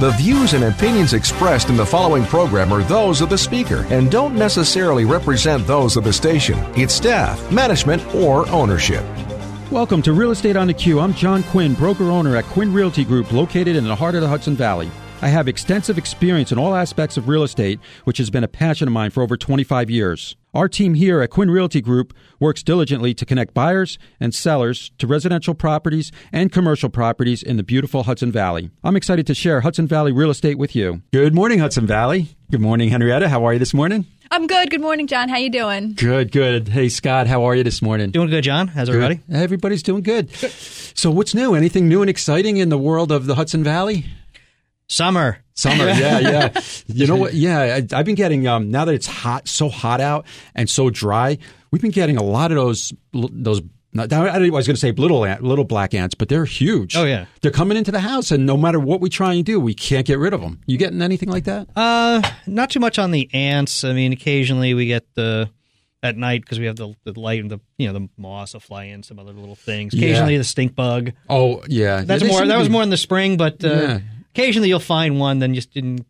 The views and opinions expressed in the following program are those of the speaker and don't necessarily represent those of the station, its staff, management, or ownership. Welcome to Real Estate on the Q. I'm John Quinn, broker owner at Quinn Realty Group, located in the heart of the Hudson Valley. I have extensive experience in all aspects of real estate, which has been a passion of mine for over 25 years. Our team here at Quinn Realty Group works diligently to connect buyers and sellers to residential properties and commercial properties in the beautiful Hudson Valley. I'm excited to share Hudson Valley real estate with you. Good morning, Hudson Valley. Good morning, Henrietta. How are you this morning? I'm good. Good morning, John. How you doing? Good, good. Hey, Scott, how are you this morning? Doing good, John. How's everybody? Good. Everybody's doing good. So, what's new? Anything new and exciting in the world of the Hudson Valley? Summer. Summer, yeah, yeah. You know what? Yeah, I, I've been getting um, now that it's hot, so hot out and so dry. We've been getting a lot of those those. Not, I don't- I was going to say little ant, little black ants, but they're huge. Oh, yeah. they're coming into the house, and no matter what we try and do, we can't get rid of them. You getting anything like that? Uh, not too much on the ants. I mean, occasionally we get the at night because we have the, the light and the you know the moss will fly in some other little things. Yeah. Occasionally the stink bug. oh yeah, That's They more. seem That to was be- more in the spring, but uh, Yeah. occasionally you'll find one. Then just didn't.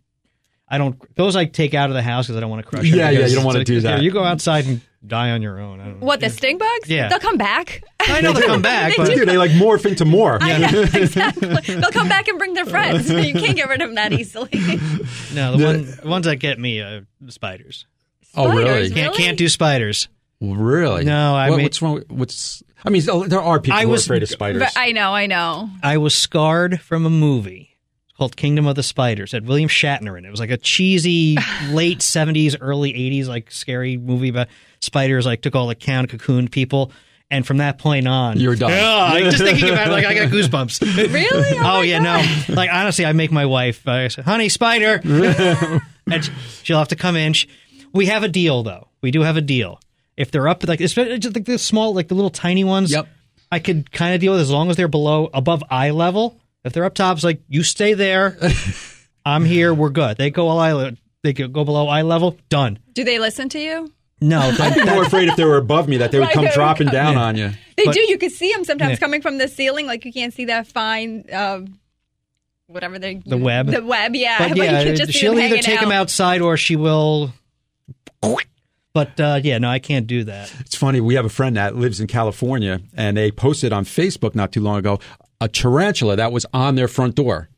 I don't. Those I take out of the house because I don't want to crush. it, Yeah, yeah, because you don't wanna it's do like, that. "Here, You go outside and die on your own. I don't know. What the stink bugs? Yeah. they'll come back. I know they'll come back, They but Dude, they like morph into more. I know, exactly. They'll come back and bring their friends. You can't get rid of them that easily. no, the, one, the ones that get me are spiders. Oh, really? Spiders, Can't can't do spiders. Really? No, I What- mean- what's wrong? with- What's I mean, there are people I who are was- afraid of spiders. But I know, I know. I was scarred from a movie called Kingdom of the Spiders. It had William Shatner in it. It was like a cheesy late seventies, early eighties, like scary movie about spiders. Like took all the town, cocooned people, and from that point on, You're done. Yeah, like, just thinking about it, like I got goosebumps. Really? Oh, my yeah, no. Like honestly, I make my wife. uh, I say, "Honey, spider," and sh- she'll have to come in. Sh- We have a deal, though. We do have a deal. If they're up, like especially just like the small, like the little tiny ones. Yep. I could kind of deal with as long as they're below above eye level. If they're up top, it's like you stay there. I'm here. We're good. They go all eye. le- They go go below eye level. Done. Do they listen to you? No, I'd be more afraid if they were above me that they would Right, come they would dropping down on you. They But- do. You can see them sometimes Yeah. coming from the ceiling. Like you can't see that fine, uh, whatever they The web. The web, yeah. but you yeah, can just see she'll them either hanging take out. them outside or she will. But uh, yeah, no, I can't do that. It's funny. We have a friend that lives in California, and they posted on Facebook not too long ago a tarantula that was on their front door.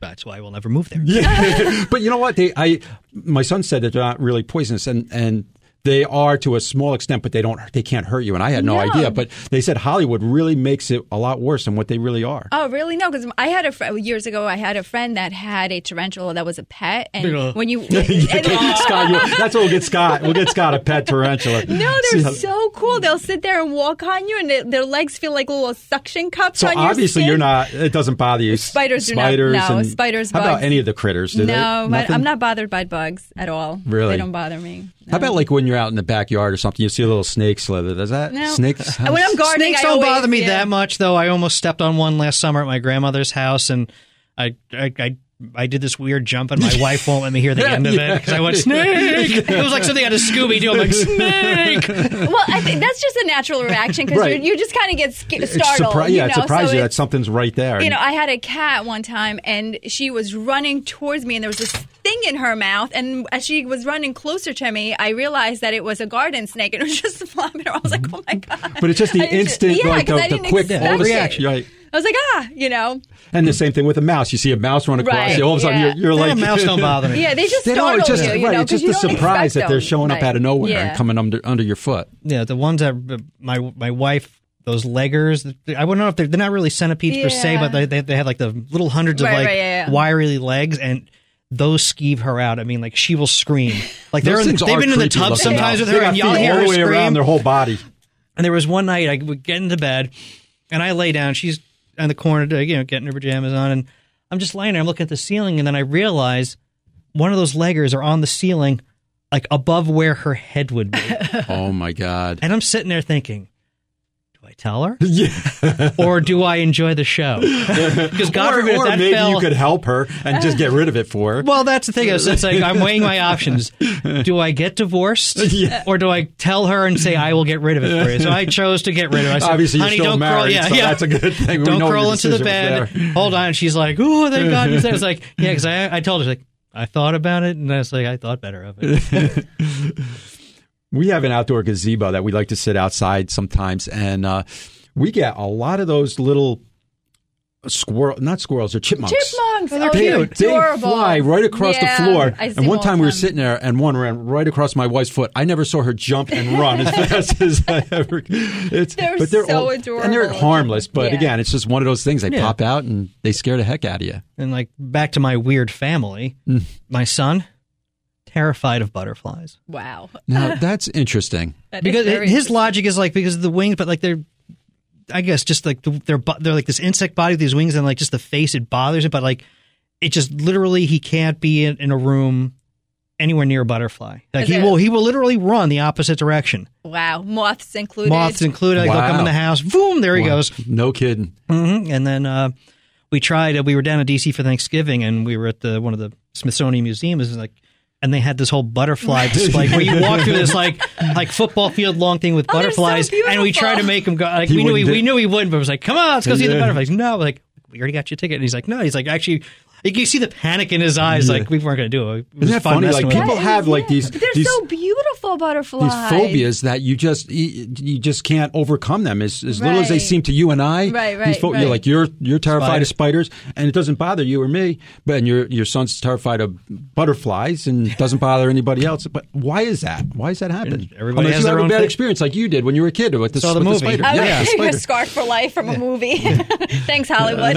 That's why I will never move there. Yeah. but you know what? They, I, my son said that they're not really poisonous, and and they are to a small extent, but they don't, they can't hurt you. And I had no, idea, but they said Hollywood really makes it a lot worse than what they really are. Oh, really? No, because I had a fr- years ago. I had a friend that had a tarantula that was a pet, and Ugh. when you and- Scott, you, that's what we'll get. Scott, we'll get Scott a pet tarantula. No, See Oh, they're how- so cool. They'll sit there and walk on you, and they, their legs feel like little suction cups. So on your obviously skin. you're not. It doesn't bother you. Spiders do not- spiders no, and- spiders, How about bugs. any of the critters? Do they- No, but nothing? I'm not bothered by bugs at all. Really? they don't bother me. How about like when you're out in the backyard or something, you see a little snake slither? Does that No. snakes? And when I'm gardening, Snakes I don't always- bother me yeah. that much, though. I almost stepped on one last summer at my grandmother's house, and I, I, I, I did this weird jump, and my wife won't let me hear the end of it because I went snake. It was like something out of Scooby Doo. I'm like snake. Well, I think that's just a natural reaction because Right. you just kind of get sca- It's surpri- startled. yeah, you it know? surprises so you it's- that something's right there. You know, I had a cat one time, and she was running towards me, and there was this thing in her mouth. And as she was running closer to me, I realized that it was a garden snake, and it was just flopping around. I was like, "Oh my god!" but it's just the I didn't- instant, yeah, like 'cause the, I didn't the quick expect all the it. reaction. Right? I was like, "Ah," you know. And the same thing with a mouse. You see a mouse run across, Right, you, all of a sudden yeah. you're, you're like, Like, mouse don't bother me. Yeah, they just They don't- startle it's just, you. you right, know, it's just 'cause you the don't surprise expect that they're them. showing up Right. out of nowhere Yeah. and coming under, under your foot. Yeah, the ones that uh, my my wife. Those leggers, I wouldn't know if they're, they're not really centipedes per se, Yeah. but they, they they have like the little hundreds Right, of like right, yeah, yeah. wiry legs, and those skeeve her out. I mean, like she will scream. Like they're Those in, things they've are been in the creepy tub looking sometimes now. They with her, got and y'all feet hear all her the way scream. around their whole body. And there was one night I would get into bed and I lay down. She's in the corner, uh, you know, getting her pajamas on. And I'm just lying there. I'm looking at the ceiling. And then I realize one of those leggers are on the ceiling, like above where her head would be. Oh my god! and I'm sitting there thinking, do I I tell her? or do I enjoy the show? Because God or, forbid if or that maybe fell. you could help her and just get rid of it for her. well, that's the thing. It's it's like I'm weighing my options. Do I get divorced, Yeah. or do I tell her and say I will get rid of it for you? So I chose to get rid of it. I said, Obviously, you're "Honey, still don't married, crawl, yeah, so yeah. that's a good thing. We Don't know your crawl into the decision bed. was there. Hold on. She's like, "Ooh, thank God you said." it." I was like, "Yeah," because I, I told her she's like I thought about it, and I was like, "I thought better of it." we have an outdoor gazebo that we like to sit outside sometimes, and uh, we get a lot of those little squirrel, not squirrels, they're chipmunks. Chipmunks. They're oh, cute. They're They adorable. fly right across the Yeah, floor. I see and them one all time the we were sitting there, and one ran right across my wife's foot. I never saw her jump and run as fast as I ever. It's, They're but they're so all- and they're adorable. harmless. But Yeah. again, it's just one of those things. They Yeah. pop out and they scare the heck out of you. and like back to my weird family, Mm. my son terrified of butterflies Wow. Now that's interesting. That is because very his logic is like because of the wings, but like they're. I guess just like the, they're bu- they're like this insect body with these wings and like just the face it bothers it, but like it just literally he can't be in, in a room anywhere near a butterfly. Like Is he it- will he will literally run the opposite direction. Wow, moths included. Moths included. Like they'll come in Wow. the house, boom, there he Wow. goes. No kidding. hmm And then uh, we tried. Uh, we were down in D.C. for Thanksgiving, and we were at the one of the Smithsonian museums, and like. And they had this whole butterfly display where you walk through this like like football field long thing with Oh, they're so butterflies, and we tried beautiful. to make him go. Like He we knew he, wouldn't do- we knew he wouldn't, but it was like, come on, let's go see the Yeah. butterflies. No, like we already got you a ticket, and he's like, no, he's like, actually, like, you see the panic in his eyes, like we weren't going to do it. it was Isn't that fun funny? messing Like with him. people That have is- like yeah. these But they're these, so beautiful butterflies. these phobias that you just you, you just can't overcome them as, as little as they Right. seem to you and I. Right, These right, You're right. like you're you're terrified of spiders, and it doesn't bother you or me. But and your your son's terrified of butterflies and it doesn't bother anybody else. But why is that? Why does that happen? Everybody Unless has you their have own a bad thing. experience like you did when you were a kid with the, Saw the with movie. spider. I yeah, the was spider. a scarf for life from a movie. Thanks, Hollywood.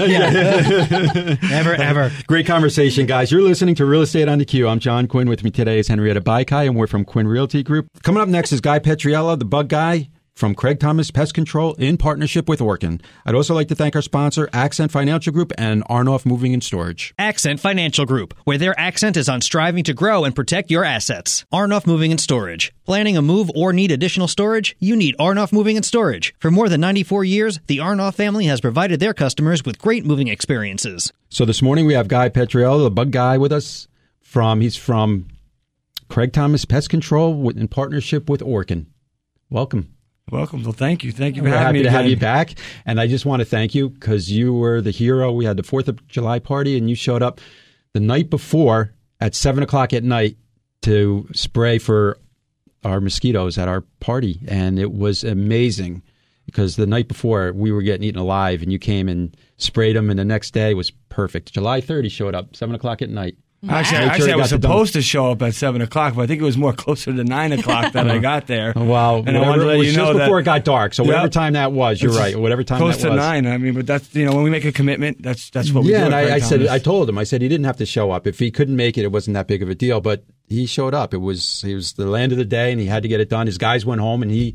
ever ever. Great conversation, guys. You're listening to Real Estate on the Q. I'm John Quinn. With me today is Henrietta Baikai, and we're from Quinn Realty Group. Coming up next is Guy Petriella, the bug guy from Craig Thomas Pest Control in partnership with Orkin. I'd also like to thank our sponsor, Accent Financial Group and Arnoff Moving and Storage. Accent Financial Group, where their accent is on striving to grow and protect your assets. Arnoff Moving and Storage. Planning a move or need additional storage? You need Arnoff Moving and Storage. For more than 94 years, the Arnoff family has provided their customers with great moving experiences. So this morning we have Guy Petriella, the bug guy, with us from he's from Craig Thomas Pest Control with, in partnership with Orkin. Welcome. Welcome. Well, thank you. Thank you for We're having happy me. to have again. you back. And I just want to thank you because you were the hero. We had the 4th of July party, and you showed up the night before at 7 o'clock at night to spray for our mosquitoes at our party. And it was amazing because the night before we were getting eaten alive, and you came and sprayed them, and the next day was perfect. July 30 showed up, 7 o'clock at night. Actually, I- Make sure actually you I was got the supposed to show up at seven o'clock, but I think it was more closer to nine o'clock that I got there. Oh, Wow. and I whatever- wanted to it let was you just know before that it got dark. So, Yep. whatever time that was, you're It's right. Whatever time close that to was. nine. I mean, but that's you know when we make a commitment, that's that's what we do. yeah, at and Craig I, I said Thomas. I told him I said he didn't have to show up if he couldn't make it. It wasn't that big of a deal, but he showed up. It was he was the land of the day, and he had to get it done. His guys went home, and he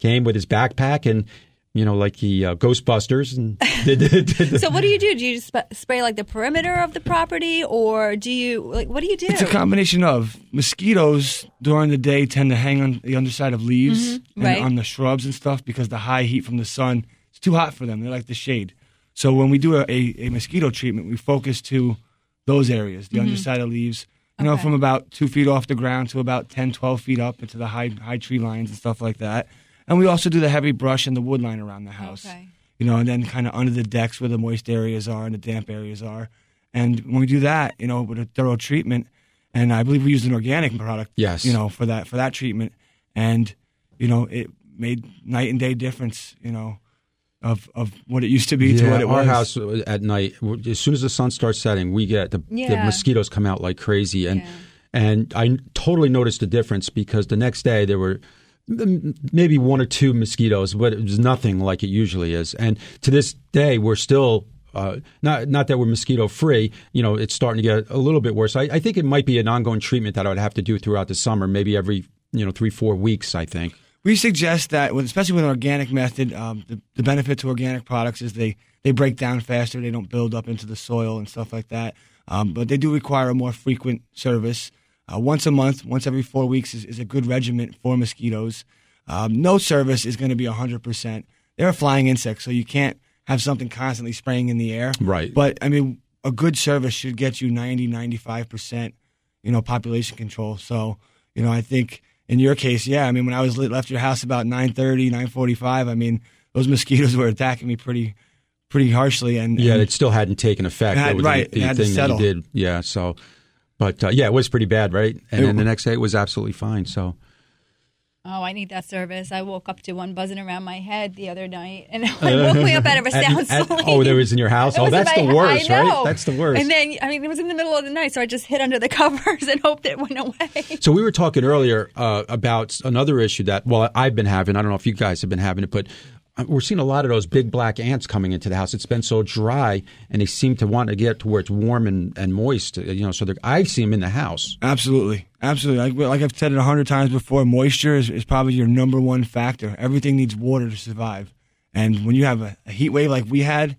came with his backpack and you know like the uh, Ghostbusters and did, did, did the- so, what do you do? Do you sp- spray like the perimeter of the property, or do you like what do you do? It's a combination of mosquitoes during the day tend to hang on the underside of leaves and right. on the shrubs and stuff because the high heat from the sun it's too hot for them. They like the shade. So when we do a, a, a mosquito treatment, we focus to those areas, the underside of leaves, you know, from about two feet off the ground to about 10, 12 feet up into the high high tree lines and stuff like that. And we also do the heavy brush and the wood line around the house Okay. you know, and then kind of under the decks where the moist areas are and the damp areas are. And when we do that, you know, with a thorough treatment, and I believe we used an organic product, Yes. you know, for that for that treatment, and you know, it made night and day difference, you know, of of what it used to be to Yeah, what it our was. house uh, at night. w- As soon as the sun starts setting, we get the, the Yeah. mosquitoes come out like crazy, and and I n- totally noticed the difference because the next day there were m- maybe one or two mosquitoes, but it was nothing like it usually is. And to this day, we're still. Uh, not not that we're mosquito free, you know. It's starting to get a little bit worse. I, I think it might be an ongoing treatment that I would have to do throughout the summer, maybe every you know three four weeks. I think. We suggest that, with, especially with an organic method, um, the, the benefit to organic products is they, they break down faster, they don't build up into the soil and stuff like that. Um, but they do require a more frequent service. Uh, once a month, once every four weeks is, is a good regimen for mosquitoes. Um, no service is going to be 100%. they're a flying insect, so you can't have something constantly spraying in the air. Right. But I mean, a good service should get you 90, 95%, you know, population control. So, you know, I think in your case, yeah, I mean, when I was lit- left your house about 930, 945, I mean, those mosquitoes were attacking me pretty, pretty harshly. And Yeah, and- it still hadn't taken effect. It had- that was right, the, the it had to thing that settle. he did. Yeah, so, but uh, yeah, it was pretty bad, right? And It- then the next day, it was absolutely fine. So, Oh, I need that service. I woke up to one buzzing around my head the other night, and I woke me up out of a Uh, At- sound at- sleep. oh, there was in your house. It Oh, was in that's my- the worst, I right? know. That's the worst. And then, I mean, it was in the middle of the night, so I just hid under the covers and hoped it went away. So we were talking earlier uh, about another issue that well I've been having. I don't know if you guys have been having it, but uh, we're seeing a lot of those big black ants coming into the house. It's been so dry, and they seem to want to get to where it's warm and, and moist. uh, You know, so they're- I see them in the house. Absolutely, absolutely. Like, like I've said it a hundred times before, moisture is, is probably your number one factor. Everything needs water to survive, and when you have a, a heat wave like we had,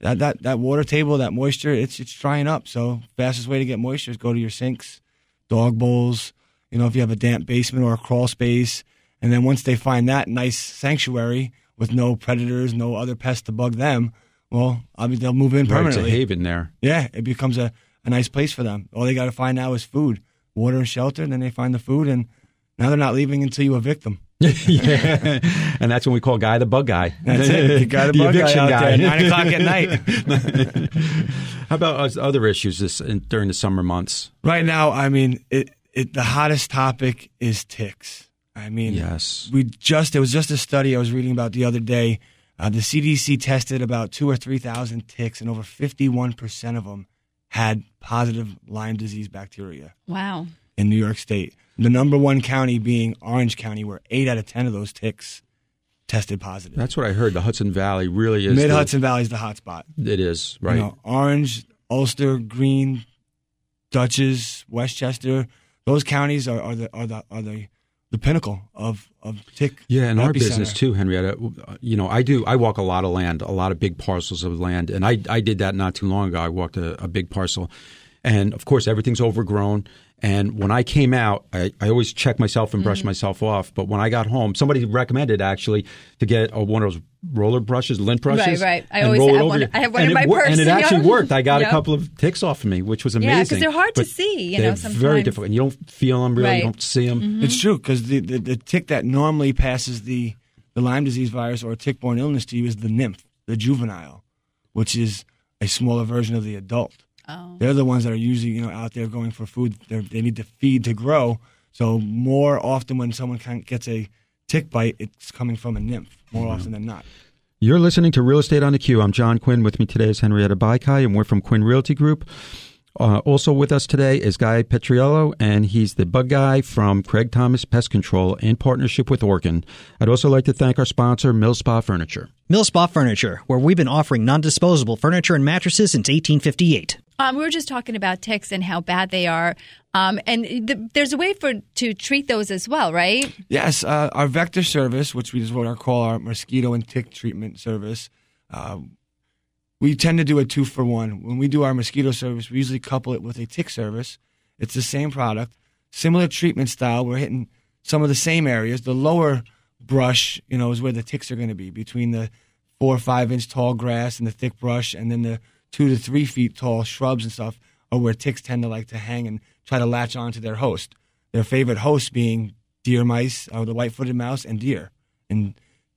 that, that that water table, that moisture, it's it's drying up. So fastest way to get moisture is go to your sinks, dog bowls. You know, if you have a damp basement or a crawl space, and then once they find that nice sanctuary with no predators, no other pests to bug them, well, I mean they'll move in Right, it's permanently. a haven there. Yeah, it becomes a, a nice place for them. All they got to find now is food, water, and shelter. And then they find the food, and now they're not leaving until you evict them. yeah. And that's when we call guy the bug guy. That's it. You got a bug guy out there at nine o'clock at night. How about us other issues this in, during the summer months? Right now, I mean, it, it the hottest topic is ticks. I mean, Yes. we just it was just a study I was reading about the other day. Uh, the CDC tested about two or three thousand ticks, and over fifty-one percent of them had positive Lyme disease bacteria. Wow. in New York State. The number one county being Orange County, where eight out of ten of those ticks tested positive. That's what I heard. The Hudson Valley really is. the- Mid Hudson Valley is the hot spot. It is, You right? know, Orange, Ulster, Green, Dutchess, Westchester. Those counties are, are the are the are the the pinnacle of of tick. Yeah, and our epicenter. business too, Henrietta. uh, You know, I do. I walk a lot of land, a lot of big parcels of land, and I I did that not too long ago. I walked a, a big parcel, and of course everything's overgrown. And when I came out, I, I always check myself and Mm-hmm. brush myself off. But when I got home, somebody recommended actually to get uh one of those roller brushes, lint brushes. right. I and always roll it have over one- your- I have one and in it my wor- purse, and it yeah. actually worked. I got Yep. a couple of ticks off of me, which was amazing. Yeah, 'cause they're hard to see, you know, they're very sometimes. difficult, and you don't feel them really. You Right. Mm-hmm. don't see them. It's true because the, the the tick that normally passes the the Lyme disease virus or tick-borne illness to you is the nymph, the juvenile, which is a smaller version of the adult. Oh. They're the ones that are usually you know out there going for food. They're, they need to feed to grow. So more often when someone kind of gets a tick bite, it's coming from a nymph more often than not. You're listening to Real Estate on the Q. I'm John Quinn. With me today is Henrietta Baikai, and we're from Quinn Realty Group. Uh, also with us today is Guy Petriello, and he's the bug guy from Craig Thomas Pest Control in partnership with Orkin. I'd also like to thank our sponsor, Mill Spa Furniture. Mill Spa Furniture, where we've been offering non disposable furniture and mattresses since 1858. Um, we were just talking about ticks and how bad they are, um, and th- there's a way for to treat those as well, right? Yes, uh, our vector service, which we just what I call our mosquito and tick treatment service, uh, we tend to do a two for one. When we do our mosquito service, we usually couple it with a tick service. It's the same product, similar treatment style. We're hitting some of the same areas. The lower brush, you know, is where the ticks are going to be between the four or five inch tall grass and the thick brush, and then the two to three feet tall shrubs and stuff are where ticks tend to like to hang and try to latch onto their host. Their favorite host being deer mice, or the white footed mouse, and deer. And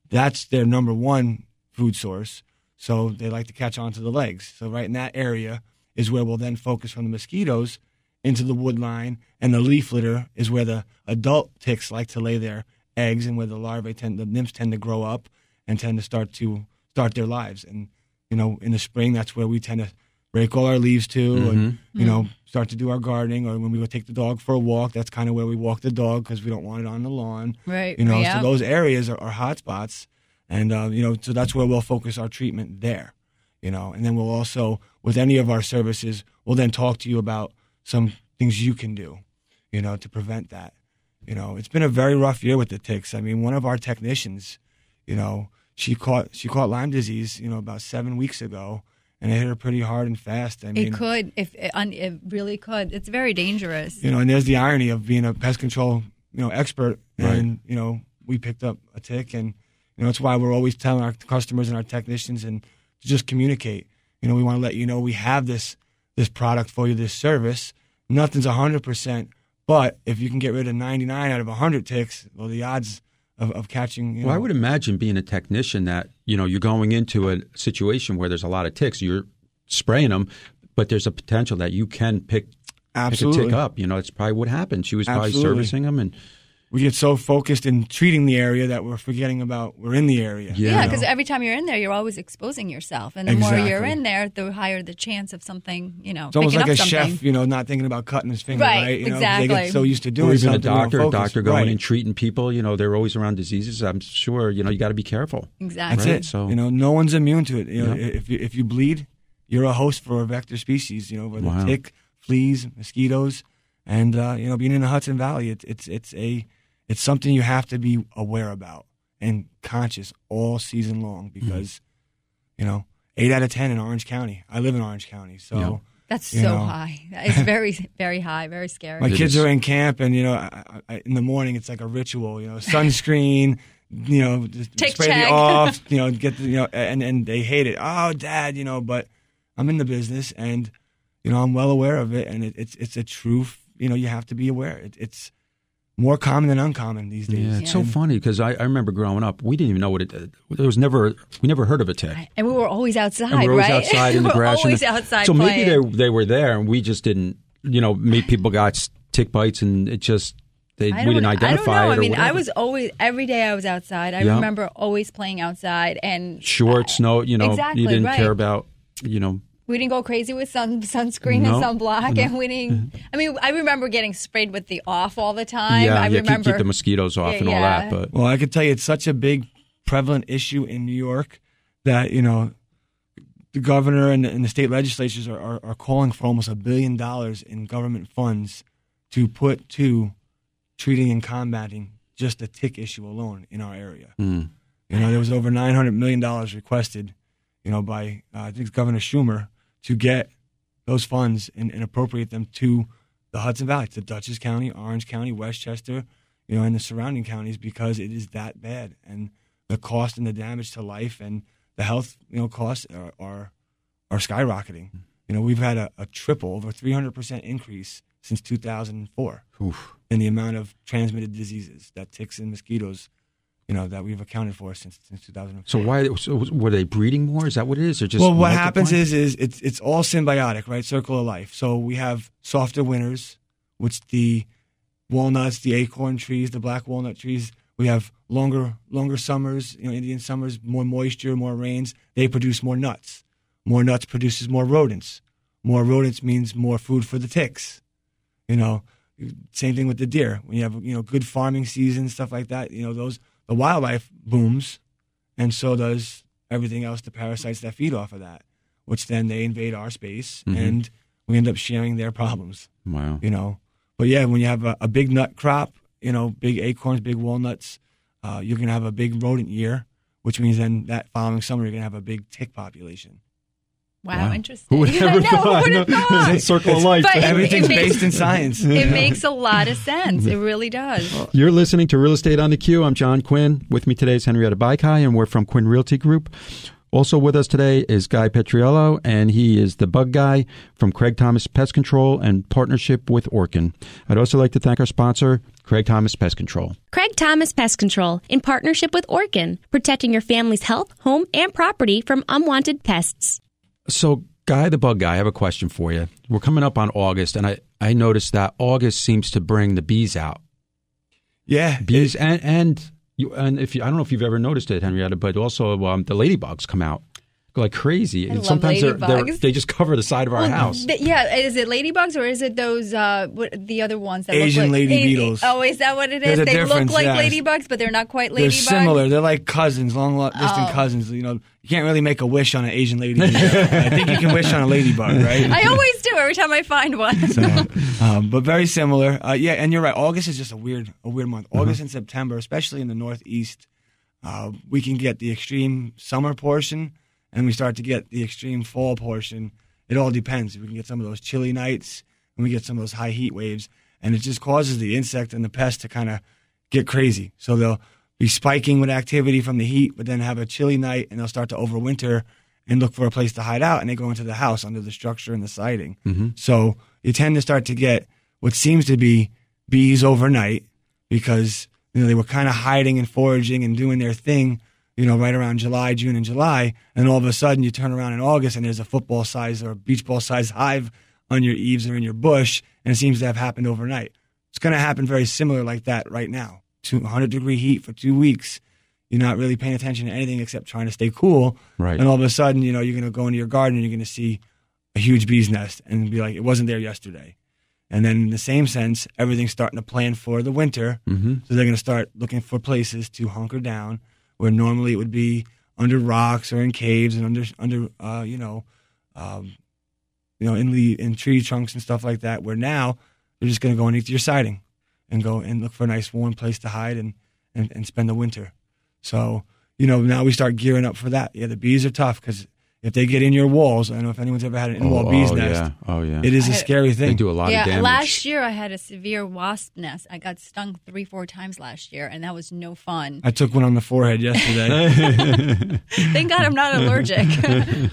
that's their number one food source. So they like to catch onto the legs. So right in that area is where we'll then focus from the mosquitoes into the wood line, and the leaf litter is where the adult ticks like to lay their eggs, and where the larvae tend, the nymphs tend to grow up and tend to start to start their lives. And you know, in the spring, that's where we tend to rake all our leaves to, and you know, Mm-hmm. start to do our gardening, or when we go take the dog for a walk, that's kind of where we walk the dog because we don't want it on the lawn. Right, You know, yeah. so those areas are, are hot spots, and uh, you know, so that's where we'll focus our treatment there you know and then we'll also with any of our services we'll then talk to you about some things you can do you know to prevent that you know it's been a very rough year with the ticks i mean one of our technicians you know she caught she caught lyme disease you know about seven weeks ago and it hit her pretty hard and fast i mean it could, if it, un, it really could. It's very dangerous. you know, and there's the irony of being a pest control, you know, expert, and you know, we picked up a tick, and you You know, that's why we're always telling our customers and our technicians and to just communicate. You know, we want to let you know we have this this product for you, this service. Nothing's hundred percent, but if you can get rid of ninety nine out of hundred ticks, well, the odds of, of catching. You Well, I know, would imagine being a technician that you know you're going into a situation where there's a lot of ticks. You're spraying them, but there's a potential that you can pick absolutely pick a tick up. You know, that's probably what happened. She was probably Absolutely. servicing them, and we get so focused in treating the area that we're forgetting about we're in the area. Yeah. Yeah, you know? because every time you're in there, you're always exposing yourself, and the more you're Exactly. in there, the higher the chance of something, you know, It's almost picking like a up something. chef, you know, not thinking about cutting his finger, Right, right? You know, 'cause They get exactly. so used to doing or even a something, they don't doctor, a focus. doctor going Right. and treating people. You know, they're always around diseases. I'm sure. You know, you got to be careful. Exactly. That's right? it. So- you know, no one's immune to it. You know, Yeah. if you, if you bleed, you're a host for a vector species. You know, whether Wow. tick, fleas, mosquitoes, and uh, you know, being in the Hudson Valley, it's it's it's a it's something you have to be aware about and conscious all season long Mm-hmm. because, you know, eight out of ten in Orange County. I live in Orange County, so. Yeah. That's so You know. high. It's very, very high. Very scary. My It kids is. are in camp, and you know, I, I, in the morning it's like a ritual. You know, sunscreen. You know, just Tick spray check. it off. You know, get the, you know, and and they hate it. Oh, dad, you know, but I'm in the business, and you know, I'm well aware of it, and it, it's it's a truth. You know, you have to be aware. It, it's more common than uncommon these days. Yeah, it's so funny because I, I remember growing up, we didn't even know what it. Uh, there was never we never heard of a tick. and we were always outside, and we're always right? outside in the We're grass. and- always outside. So maybe playing. they they were there, and we just didn't. You know, maybe people got s- tick bites, and it just they I we didn't don't- identify it. I don't know. I or mean, I whatever. was always every day I was outside. I Yeah. remember always playing outside, and short, snow. You know, Exactly, you didn't right. care about. You know, we didn't go crazy with sun sunscreen No, and sunblock, and we didn't. I mean, I remember getting sprayed with the off all the time. yeah, I yeah, keep, remember keep the mosquitoes off Yeah, and all that. yeah. But Well, I can tell you it's such a big prevalent issue in New York that, you know, the governor and, and the state legislatures are, are, are calling for almost a billion dollars in government funds to put to treating and combating just the tick issue alone in our area. You know, there was over $900 million requested, you know, by, uh, I think it's Governor Schumer to get those funds and, and appropriate them to the Hudson Valley, to Dutchess County, Orange County, Westchester, you know, and the surrounding counties because it is that bad. And the cost and the damage to life and the health, you know, costs are are, are skyrocketing. You know, we've had a, a triple, over 300% increase since 2004 in the amount of transmitted diseases that ticks and mosquitoes, you know, that we've accounted for since, since 2004 so why? So were they breeding more? Is that what it is? Or just well, what multiplying? happens is is it's it's all symbiotic, right? Circle of life. So we have softer winters, which the walnuts, the acorn trees, the black walnut trees. We have longer longer summers, you know, Indian summers, more moisture, more rains. They produce more nuts. More nuts produces more rodents. More rodents means more food for the ticks. You know, same thing with the deer. When you have you know good farming season, stuff like that. You know, those the wildlife booms and so does everything else the parasites that feed off of that which then they invade our space and we end up sharing their problems Wow. you know but yeah when you have a, a big nut crop you know big acorns big walnuts uh, you're going to have a big rodent year which means then that following summer you're going to have a big tick population wow, Wow. interesting. Who would I ever know, thought? Who would have It's a thought? circle of life. But it- everything's it makes- based in science It makes a lot of sense. It really does. You're listening to Real Estate on the Q. I'm John Quinn. With me today is Henrietta Baikai, and we're from Quinn Realty Group. Also with us today is Guy Petriello, and he is the bug guy from Craig Thomas Pest Control and partnership with Orkin. I'd also like to thank our sponsor, Craig Thomas Pest Control. Craig Thomas Pest Control, in partnership with Orkin, protecting your family's health, home, and property from unwanted pests. So, Guy the Bug Guy, I have a question for you. We're coming up on August, and I, I noticed that August seems to bring the bees out. yeah Bees and and you and if you, I don't know if you've ever noticed it, Henrietta, but also um, the ladybugs come out like crazy, I and love sometimes they're, they're, ladybugs. they just cover the side of our Well, house. th- yeah, is it ladybugs or is it those uh, what, the other ones that look Asian like lady Asi- beetles. Oh, is that what it is? There's a They look difference, like yeah. ladybugs, but they're not quite ladybugs. they're similar. They're like cousins, long lo- distant Oh. cousins. You know, you can't really make a wish on an Asian lady. I think you can wish on a ladybug, right? I always do every time I find one. So, um, but very similar. Uh, yeah, and you're right. August is just a weird, a weird month. August and September, especially in the Northeast, uh, we can get the extreme summer portion, and we start to get the extreme fall portion. It all depends. We can get some of those chilly nights, and we get some of those high heat waves, and it just causes the insect and the pest to kind of get crazy. So they'll be spiking with activity from the heat, but then have a chilly night and they'll start to overwinter and look for a place to hide out and they go into the house under the structure and the siding. So you tend to start to get what seems to be bees overnight because you know they were kind of hiding and foraging and doing their thing, you know, right around July, June, and July, and all of a sudden you turn around in August and there's a football size or a beach ball size hive on your eaves or in your bush, and it seems to have happened overnight. It's going to happen very similar like that right now. 200 degree heat for two weeks. You're not really paying attention to anything except trying to stay cool. Right. And all of a sudden, you know, you're going to go into your garden and you're going to see a huge bee's nest and be like, it wasn't there yesterday. And then, in the same sense, everything's starting to plan for the winter. Mm-hmm. So they're going to start looking for places to hunker down where normally it would be under rocks or in caves and under under uh, you know, um, you know, in le- in tree trunks and stuff like that. Where now they're just going to go underneath your siding and go and look for a nice warm place to hide and and, and spend the winter. So you know, now we start gearing up for that. Yeah, the bees are tough because if they get in your walls, I don't know if anyone's ever had an in-wall oh, bee's oh, nest. yeah. Oh, yeah. It is a I- scary thing. They do a lot yeah, of damage. last year I had a severe wasp nest. I got stung three, four times last year, and that was no fun. I took one on the forehead yesterday. Thank God I'm not allergic.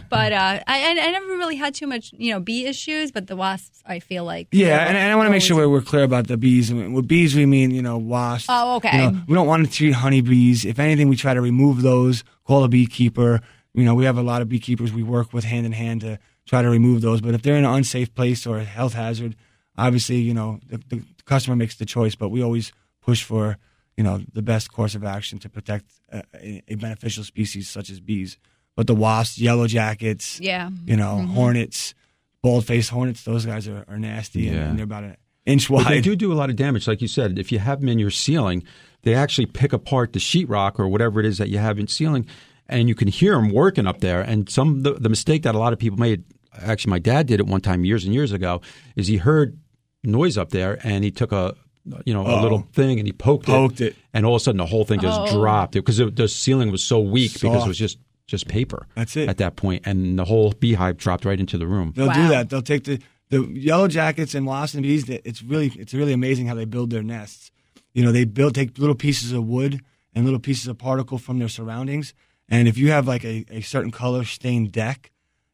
but uh, I, I, I never really had too much, you know, bee issues. But the wasps, I feel like. yeah, and, and I want to make sure always- we're, we're clear about the bees. And With bees, we mean you know wasps. Oh, okay. You know, we don't want to treat honeybees. If anything, we try to remove those. Call a beekeeper. You know, we have a lot of beekeepers we work with hand in hand to try to remove those. But if they're in an unsafe place or a health hazard, obviously you know the, the customer makes the choice. But we always push for you know the best course of action to protect a, a a beneficial species such as bees. But the wasps, yellow jackets, Yeah. you know, hornets, bald faced hornets. Those guys are, are nasty, and, Yeah. and they're about an inch But they wide. do do a lot of damage, like you said. If you have them in your ceiling, they actually pick apart the sheetrock or whatever it is that you have in ceiling, and you can hear them working up there. And some the, the mistake that a lot of people made, actually, my dad did it one time years and years ago, is he heard noise up there and he took a you know a Uh-oh. little thing and he poked, Oh. Poked it. and all of a sudden the whole thing just Oh. dropped because it, the ceiling was so weak because Soft. it was just just paper. That's it. at that point, and the whole beehive dropped right into the room. They'll Wow. do that. They'll take the the yellow jackets and wasps and bees. they- It's really it's really amazing how they build their nests. You know, they build take little pieces of wood and little pieces of particle from their surroundings. And if you have like a, a certain color stained deck,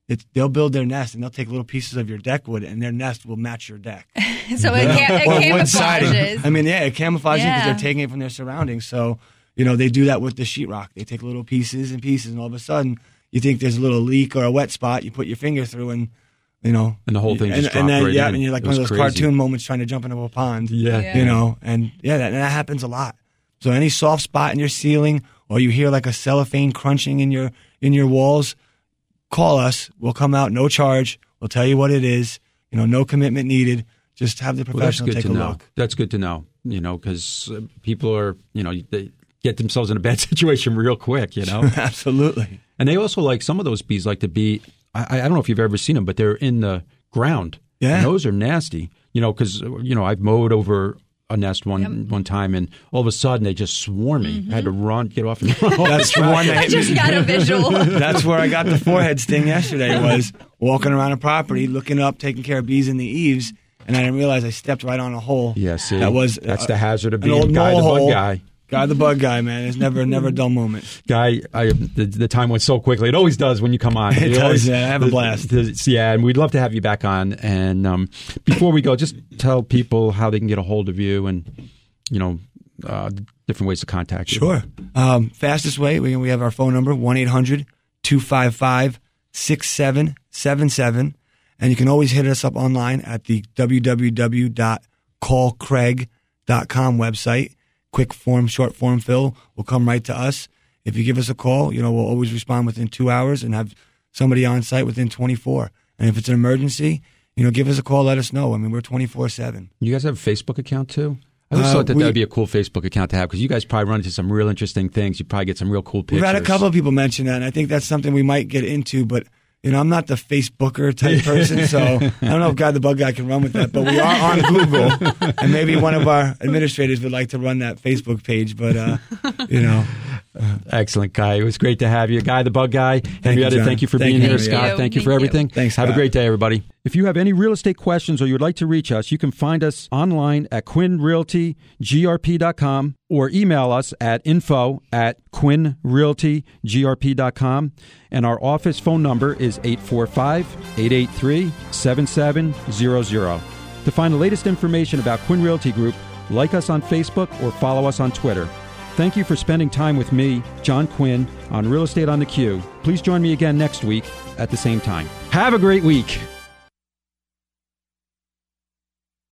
it's, they'll build their nest and they'll take little pieces of your deck wood, and their nest will match your deck. So it, cam- it Or wood siding. camouflages. I mean, yeah, it camouflages because Yeah. they're taking it from their surroundings. So, you know, they do that with the sheetrock. They take little pieces and pieces, and all of a sudden, you think there's a little leak or a wet spot. You put your finger through, and you know, And the whole thing and, just and dropped then right yeah, in. and you're like It one of was those crazy. cartoon moments trying to jump into a pond. Yeah. Yeah. you know, and yeah, that, and that happens a lot. So any soft spot in your ceiling, or you hear like a cellophane crunching in your in your walls, call us. We'll come out, no charge. We'll tell you what it is. You know, no commitment needed. Just have the Well, that's professional good take to a know. look. That's good to know. You know, because uh, people are, you know, they get themselves in a bad situation real quick. You know, Absolutely. and they also like some of those bees like to be. I, I don't know if you've ever seen them, but they're in the ground. Yeah. and those are nasty. You know, because you know I've mowed over a nest one one time, and all of a sudden they just swarm me. I had to run, get off, and run. off That's the the track. one that I hit me. just got a visual. That's where I got the forehead sting yesterday was walking around a property, looking up, taking care of bees in the eaves, and I didn't realize I stepped right on a hole. Yeah, see, that was that's uh, the hazard of an being old guy mole the bug hole. guy. Guy the bug guy, man. It's never never a dull moment. guy, I, the, the time went so quickly. It always does when you come on. It does, always- yeah, I have a the- blast. the- yeah, and we'd love to have you back on. And um, before we go, just tell people how they can get a hold of you and, you know, uh, different ways to contact you. Sure. Um, fastest way, we, we have our phone number, 1 800 255 6777. And you can always hit us up online at the www.callcraig.com website. Quick form, short form fill will come right to us. If you give us a call, you know, we'll always respond within two hours and have somebody on site within 24. And if it's an emergency, you know, give us a call, let us know. I mean, we're 24 7. You guys have a Facebook account too? I always Uh, thought that we- that would be a cool Facebook account to have because you guys probably run into some real interesting things. You probably get some real cool pictures. We've had a couple of people mention that, and I think that's something we might get into, but. You know, I'm not the Facebooker type person, so I don't know if Guy the Bug Guy can run with that, but we are on Google, and maybe one of our administrators would like to run that Facebook page, but, uh, you know, Excellent, Kai. It was great to have you. Guy, the bug guy. Henrietta, John. thank you for Thank being you, here. Henrietta. Scott, Thank you. thank you for Thank you. everything. Thanks, Have a Scott. great day, everybody. If you have any real estate questions or you would like to reach us, you can find us online at quinrealtygrp.com or email us at info at quinrealtygrp.com. And our office phone number is 845 883 7700. To find the latest information about Quinn Realty Group, like us on Facebook or follow us on Twitter. Thank you for spending time with me, John Quinn, on Real Estate on the Q. Please join me again next week at the same time. Have a great week.